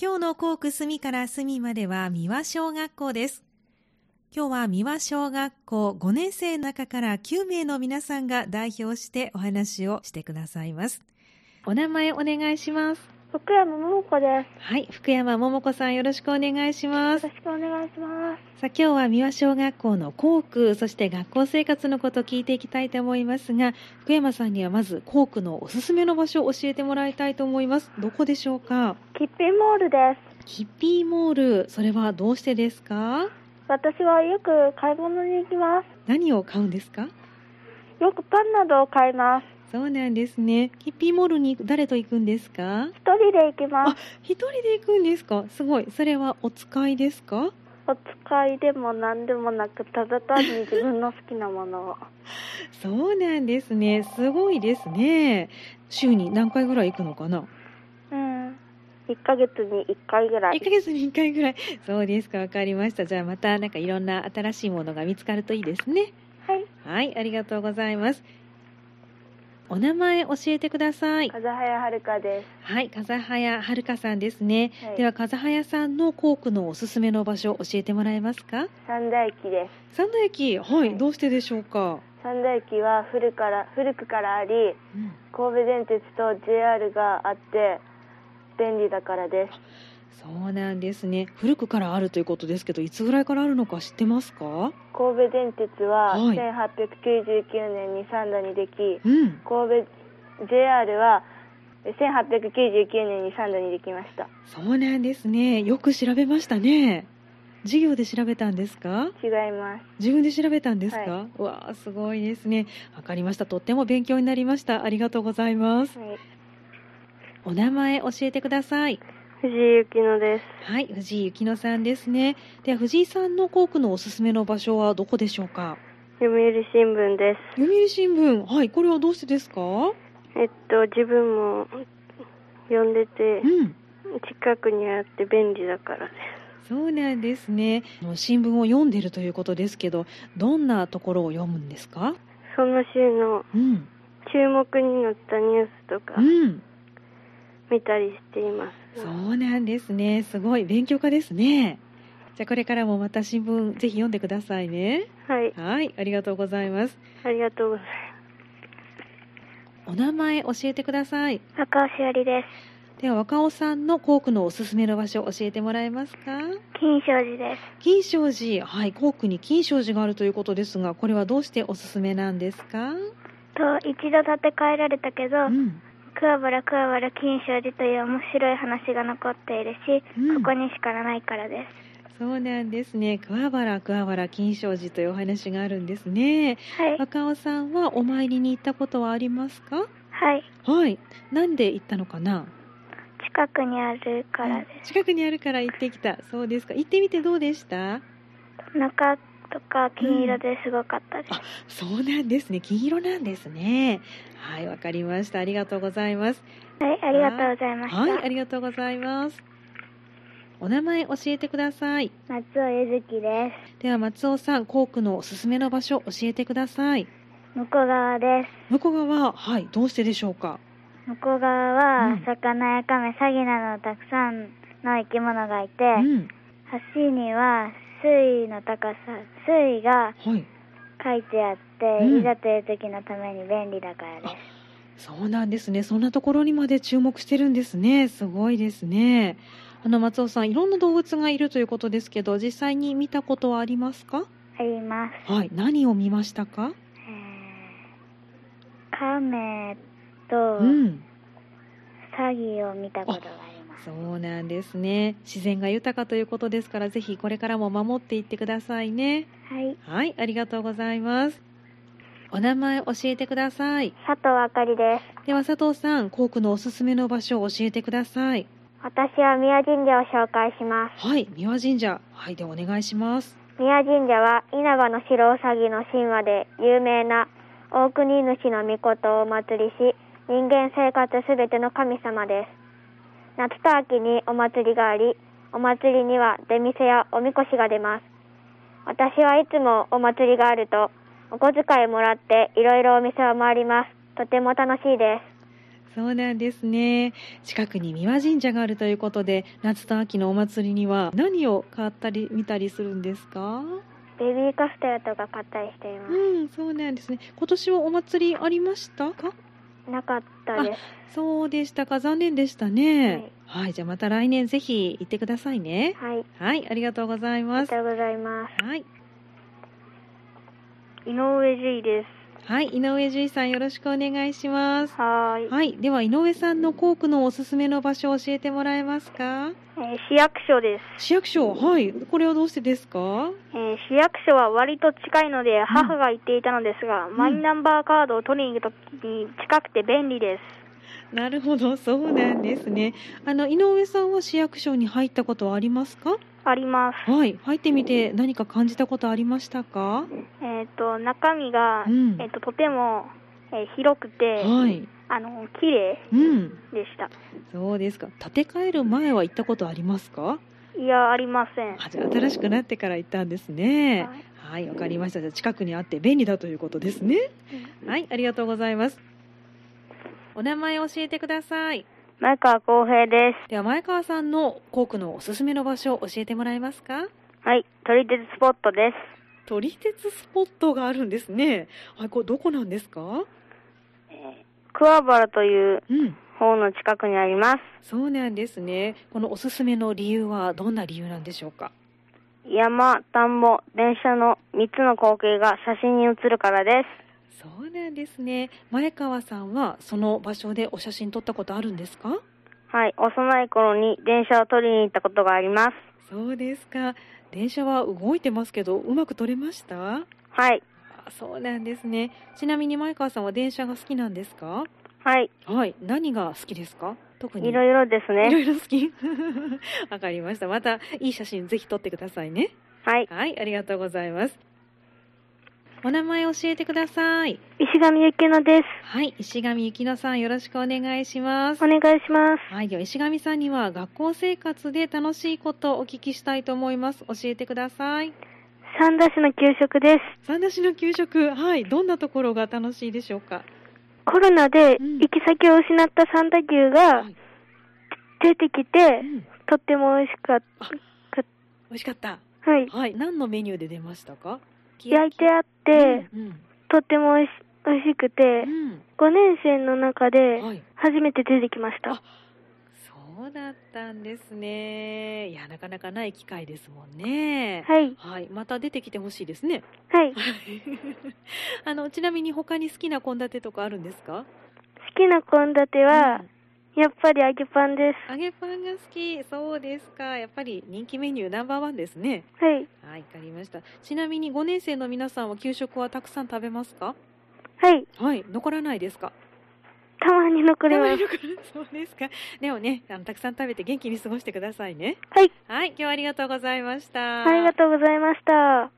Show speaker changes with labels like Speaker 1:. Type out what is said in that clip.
Speaker 1: 今日の校区隅から隅までは三輪小学校です。今日は三輪小学校5年生の中から9名の皆さんが代表してお話をしてくださいます。お名前お願いします。
Speaker 2: 福山桃子で
Speaker 1: はい、福山桃子さんよろしくお願いします
Speaker 2: す。。よろしくお願いします。
Speaker 1: さあ今日は三輪小学校の校区そして学校生活のことを聞いていきたいと思いますが福山さんにはまず校区のおすすめの場所を教えてもらいたいと思いますどこでしょうか
Speaker 2: キッピーモールです。
Speaker 1: キッピーモールそれはどうしてですか
Speaker 2: 私はよく買い物に行きま
Speaker 1: 何を買うんですか
Speaker 2: す。よくパンなどを買います。
Speaker 1: そうなんですねキッピーモールに誰と行くんですか
Speaker 2: 一人で行きます。
Speaker 1: 一人で行くんですかすごいそれはお使いですか
Speaker 2: お使いでも何でもなく、ただ単に自分の好きなものを。
Speaker 1: そうなんですねすごいですね週に何回ぐらい行くのかな
Speaker 2: うん。1ヶ月に1回ぐらい
Speaker 1: 1。ヶ月に1回ぐらいそうですかわかりましたじゃあまたなんかいろんな新しいものが見つかるといいですね
Speaker 2: はい。
Speaker 1: はいありがとうございますお名前教えてください
Speaker 2: 風早遥香で
Speaker 1: はい風早遥さんですね、
Speaker 2: す。はい、
Speaker 1: では風早さんの校区のおすすめの場所教えてもらえますか
Speaker 2: 三田駅です。
Speaker 1: 三田駅はい、
Speaker 2: はい
Speaker 1: どうしてでしょうか、
Speaker 2: 三田駅は古から古くからあり、
Speaker 1: うん
Speaker 2: 神戸電鉄と JR があって便利だからです。
Speaker 1: そうなんですね古くからあるということですけどいつぐらいからあるのか知ってますか
Speaker 2: 神戸電鉄は
Speaker 1: はい
Speaker 2: 1899年に三田にでき、
Speaker 1: うん
Speaker 2: 神戸 JR は1899年に三田にできました
Speaker 1: そうなんですねよく調べましたね授業で調べたんですか
Speaker 2: 違います
Speaker 1: 自分で調べたんですか、
Speaker 2: は
Speaker 1: うわあすごいですねわかりましたとっても勉強になりましたありがとうございます
Speaker 2: はい、
Speaker 1: お名前教えてください
Speaker 2: 藤井幸乃です
Speaker 1: はい藤井幸乃さんですねでは藤井さんの校区のおすすめの場所はどこでしょうか
Speaker 2: 読売新聞です
Speaker 1: 読売新聞はいこれはどうしてですかう
Speaker 2: えっと自分も読んでて
Speaker 1: ん
Speaker 2: 近くにあって便利だからで
Speaker 1: そうなんですねあの新聞を読んでるということですけどどんなところを読むんですか
Speaker 2: すその週の
Speaker 1: うん
Speaker 2: 注目になったニュースと
Speaker 1: う
Speaker 2: か
Speaker 1: ん
Speaker 2: 見たりしています
Speaker 1: そうなんですね。すごい勉強家ですね。じゃあこれからもまた新聞ぜひ読んでくださいね。
Speaker 2: はい
Speaker 1: はい、ありがとうございます。
Speaker 2: ありがとうござい
Speaker 1: お名前教えてください。
Speaker 2: ます赤尾しおりです
Speaker 1: では若尾さんの校区のおすすめの場所教えてもらえますか。
Speaker 2: 金賞寺です
Speaker 1: 金賞寺、はい、校区に金賞寺があるということですが、これはどうしておすすめなんですか。
Speaker 2: と一度建て替えられたけど、
Speaker 1: うん、
Speaker 2: 桑原桑原金賞寺という面白い話が残っているし、
Speaker 1: うん
Speaker 2: ここにしかないからです
Speaker 1: そうなんですね。桑原桑原金賞寺というお話があるんですね。
Speaker 2: はい
Speaker 1: 若尾さんはお参りに行ったことはありますか。
Speaker 2: はい
Speaker 1: はい、なんで行ったのかな。
Speaker 2: 近くにあるからで
Speaker 1: 近くにあるから行ってきた。そうですか。行ってみてどうでした？
Speaker 2: す中とか金色ですごかったです、
Speaker 1: あそうなんですね。金色なんですね。はい、わかりました。ありがとうございます。
Speaker 2: はいありがとうございました、
Speaker 1: はい、ありがとうございます。お名前教えてください。
Speaker 2: 松尾ゆずきです
Speaker 1: では松尾さん、校区のおすすめの場所教えてください。
Speaker 2: 向こう側です
Speaker 1: 向こう側、はい、どうしてでしょうか。
Speaker 2: 向こう側
Speaker 1: う
Speaker 2: は
Speaker 1: ん
Speaker 2: 魚やカメサギなどたくさんの生き物がいて、
Speaker 1: うん、
Speaker 2: 橋には水位の高さ水位が
Speaker 1: はい。
Speaker 2: 書いてあっ
Speaker 1: うん
Speaker 2: て、いざという時のために便利だからです。
Speaker 1: そうなんですね。そんなところにまで注目してるんですね。すごいですね。あの松尾さん、いろんな動物がいるということですけど、実際に見たことはありますか？
Speaker 2: あります。
Speaker 1: はい、何を見ましたか？
Speaker 2: えーカメと
Speaker 1: うん、
Speaker 2: サギを見たことがあります。
Speaker 1: そうなんですね。自然が豊かということですから、ぜひこれからも守っていってくださいね。
Speaker 2: はい。
Speaker 1: はい、ありがとうございます。お名前教えてください。
Speaker 2: 佐藤あかりです。
Speaker 1: では佐藤さん、校区のおすすめの場所を教えてください。
Speaker 2: 私は宮神社を紹介します。
Speaker 1: はい、三輪神社。はい、ではお願いします。
Speaker 2: 宮神社は稲葉の白うさぎの神話で有名な大国主の御事をお祭りし人間生活すべての神様です夏と秋にお祭りがありお祭りには出店やおみこしが出ます私はいつもお祭りがあるとお小遣いもらっていろいろお店を回りますとても楽しいです
Speaker 1: そうなんですね。近くに三輪神社があるということで、夏と秋のお祭りには何を買ったり見たりするんですか？
Speaker 2: ベビーカステラとか買ったりしていま
Speaker 1: うん、そうなんですね。今年はお祭りありましたか？
Speaker 2: す。なかったです。
Speaker 1: そうでしたか。残念でしたね。はい、じゃあまた来年ぜひ行ってくださいね。
Speaker 2: はい。
Speaker 1: はい、ありがとうござい
Speaker 2: あり
Speaker 1: ま
Speaker 2: が
Speaker 1: す。
Speaker 2: とうございま
Speaker 1: はい、
Speaker 2: す。井上樹です。
Speaker 1: はい、井上獣医さんよろしくお願いします。
Speaker 2: はーい。
Speaker 1: はい、では井上さんの校区のおすすめの場所を教えてもらえますか？
Speaker 2: えー市役所です。
Speaker 1: 市役所、はい、これはどうしてですか？
Speaker 2: えー市役所は割と近いので母が行っていたのですが、
Speaker 1: ん
Speaker 2: マイナンバーカードを取りに行くときに近くて便利です。
Speaker 1: なるほど、そうなんですね。あの井上さんは市役所に入ったことはありますか？
Speaker 2: あります。
Speaker 1: はい、入ってみて何か感じたことありましたか？
Speaker 2: えっ、と、中身が、
Speaker 1: うん
Speaker 2: えっ、と、とても、えー広くて、
Speaker 1: はい、
Speaker 2: あの、綺麗
Speaker 1: うん、
Speaker 2: でした。
Speaker 1: そうですか。建て替える前は行ったことありますか？
Speaker 2: いや、ありません。
Speaker 1: あ、じゃあ新しくなってから行ったんですね
Speaker 2: はい。
Speaker 1: はい、わかりました。じゃあ近くにあって便利だということですね。はい、ありがとうございます。お名前を教えてください。
Speaker 2: 前川浩平です。
Speaker 1: では前川さんの校区のおすすめの場所を教えてもらえますか？
Speaker 2: はい、撮り鉄スポットです。
Speaker 1: 撮り鉄スポットがあるんですね。はい、これどこなんですか？
Speaker 2: 桑原という
Speaker 1: うん、
Speaker 2: 方の近くにあります。
Speaker 1: そうなんですね。このおすすめの理由はどんな理由なんでしょうか？
Speaker 2: 山、田んぼ、電車の3つの光景が写真に写るからです。
Speaker 1: そうなんですね。前川さんはその場所でお写真撮ったことあるんですか？
Speaker 2: はい、幼い頃に電車を取りに行ったことがあります。
Speaker 1: そうですか。電車は動いてますけど、うまく撮れました？
Speaker 2: はい、
Speaker 1: あそうなんですね。ちなみに前川さんは電車が好きなんですか？
Speaker 2: はい、
Speaker 1: はい。何が好きですか？特に
Speaker 2: いろいろです
Speaker 1: いろ
Speaker 2: ね。
Speaker 1: いろ好き。 わかりました。またいい写真ぜひ撮ってくださいね。
Speaker 2: はい、
Speaker 1: はい、ありがとうございます。お名前教えてください。
Speaker 2: 石上ゆきのです。
Speaker 1: はい、石上幸乃さんよろしくお願いします
Speaker 2: お。願いします。
Speaker 1: はい、では石上さんには学校生活で楽しいことをお聞きしたいと思います。教えてください。
Speaker 2: 三田市の給食です。
Speaker 1: 三田市の給食、はい、どんなところが楽しいでしょうか。
Speaker 2: コロナで
Speaker 1: うん
Speaker 2: 行き先を失った三田牛が
Speaker 1: はい
Speaker 2: 出てきて
Speaker 1: う、ん、美
Speaker 2: とっても美味しかっ
Speaker 1: 味しかった。
Speaker 2: た。はい。
Speaker 1: はい、何のメニューで出ましたか。
Speaker 2: 焼いてあって、
Speaker 1: うん、
Speaker 2: とっても美味し美味しくて、
Speaker 1: うん、
Speaker 2: 5年生の中
Speaker 1: うん
Speaker 2: で
Speaker 1: はい。
Speaker 2: 初めて出てきまし
Speaker 1: あ
Speaker 2: た。
Speaker 1: そうだったんですね。いや、なかなかない機会ですもんね。
Speaker 2: はい。
Speaker 1: はい、また出てきてほしいですね。
Speaker 2: はい。好
Speaker 1: あの、ちなみに他に好きな献立とかあるんですか。
Speaker 2: きな献立は
Speaker 1: う、ん
Speaker 2: やっぱり揚げパンで
Speaker 1: 揚げパンが好き、そうですか。やっぱり人気メニューナンバーワンですね。
Speaker 2: す。はい。
Speaker 1: はい、わかりました。ちなみに5年生の皆さんは給食はたくさん食べますか。
Speaker 2: はい。
Speaker 1: はい、残らないですか。
Speaker 2: たまに残りま
Speaker 1: 食
Speaker 2: す。
Speaker 1: べるからそうですか。でもね、あのたくさん食べて元気に過ごしてくださいね。
Speaker 2: はい。
Speaker 1: はい、今日はありがとうございました。
Speaker 2: ありがとうございました。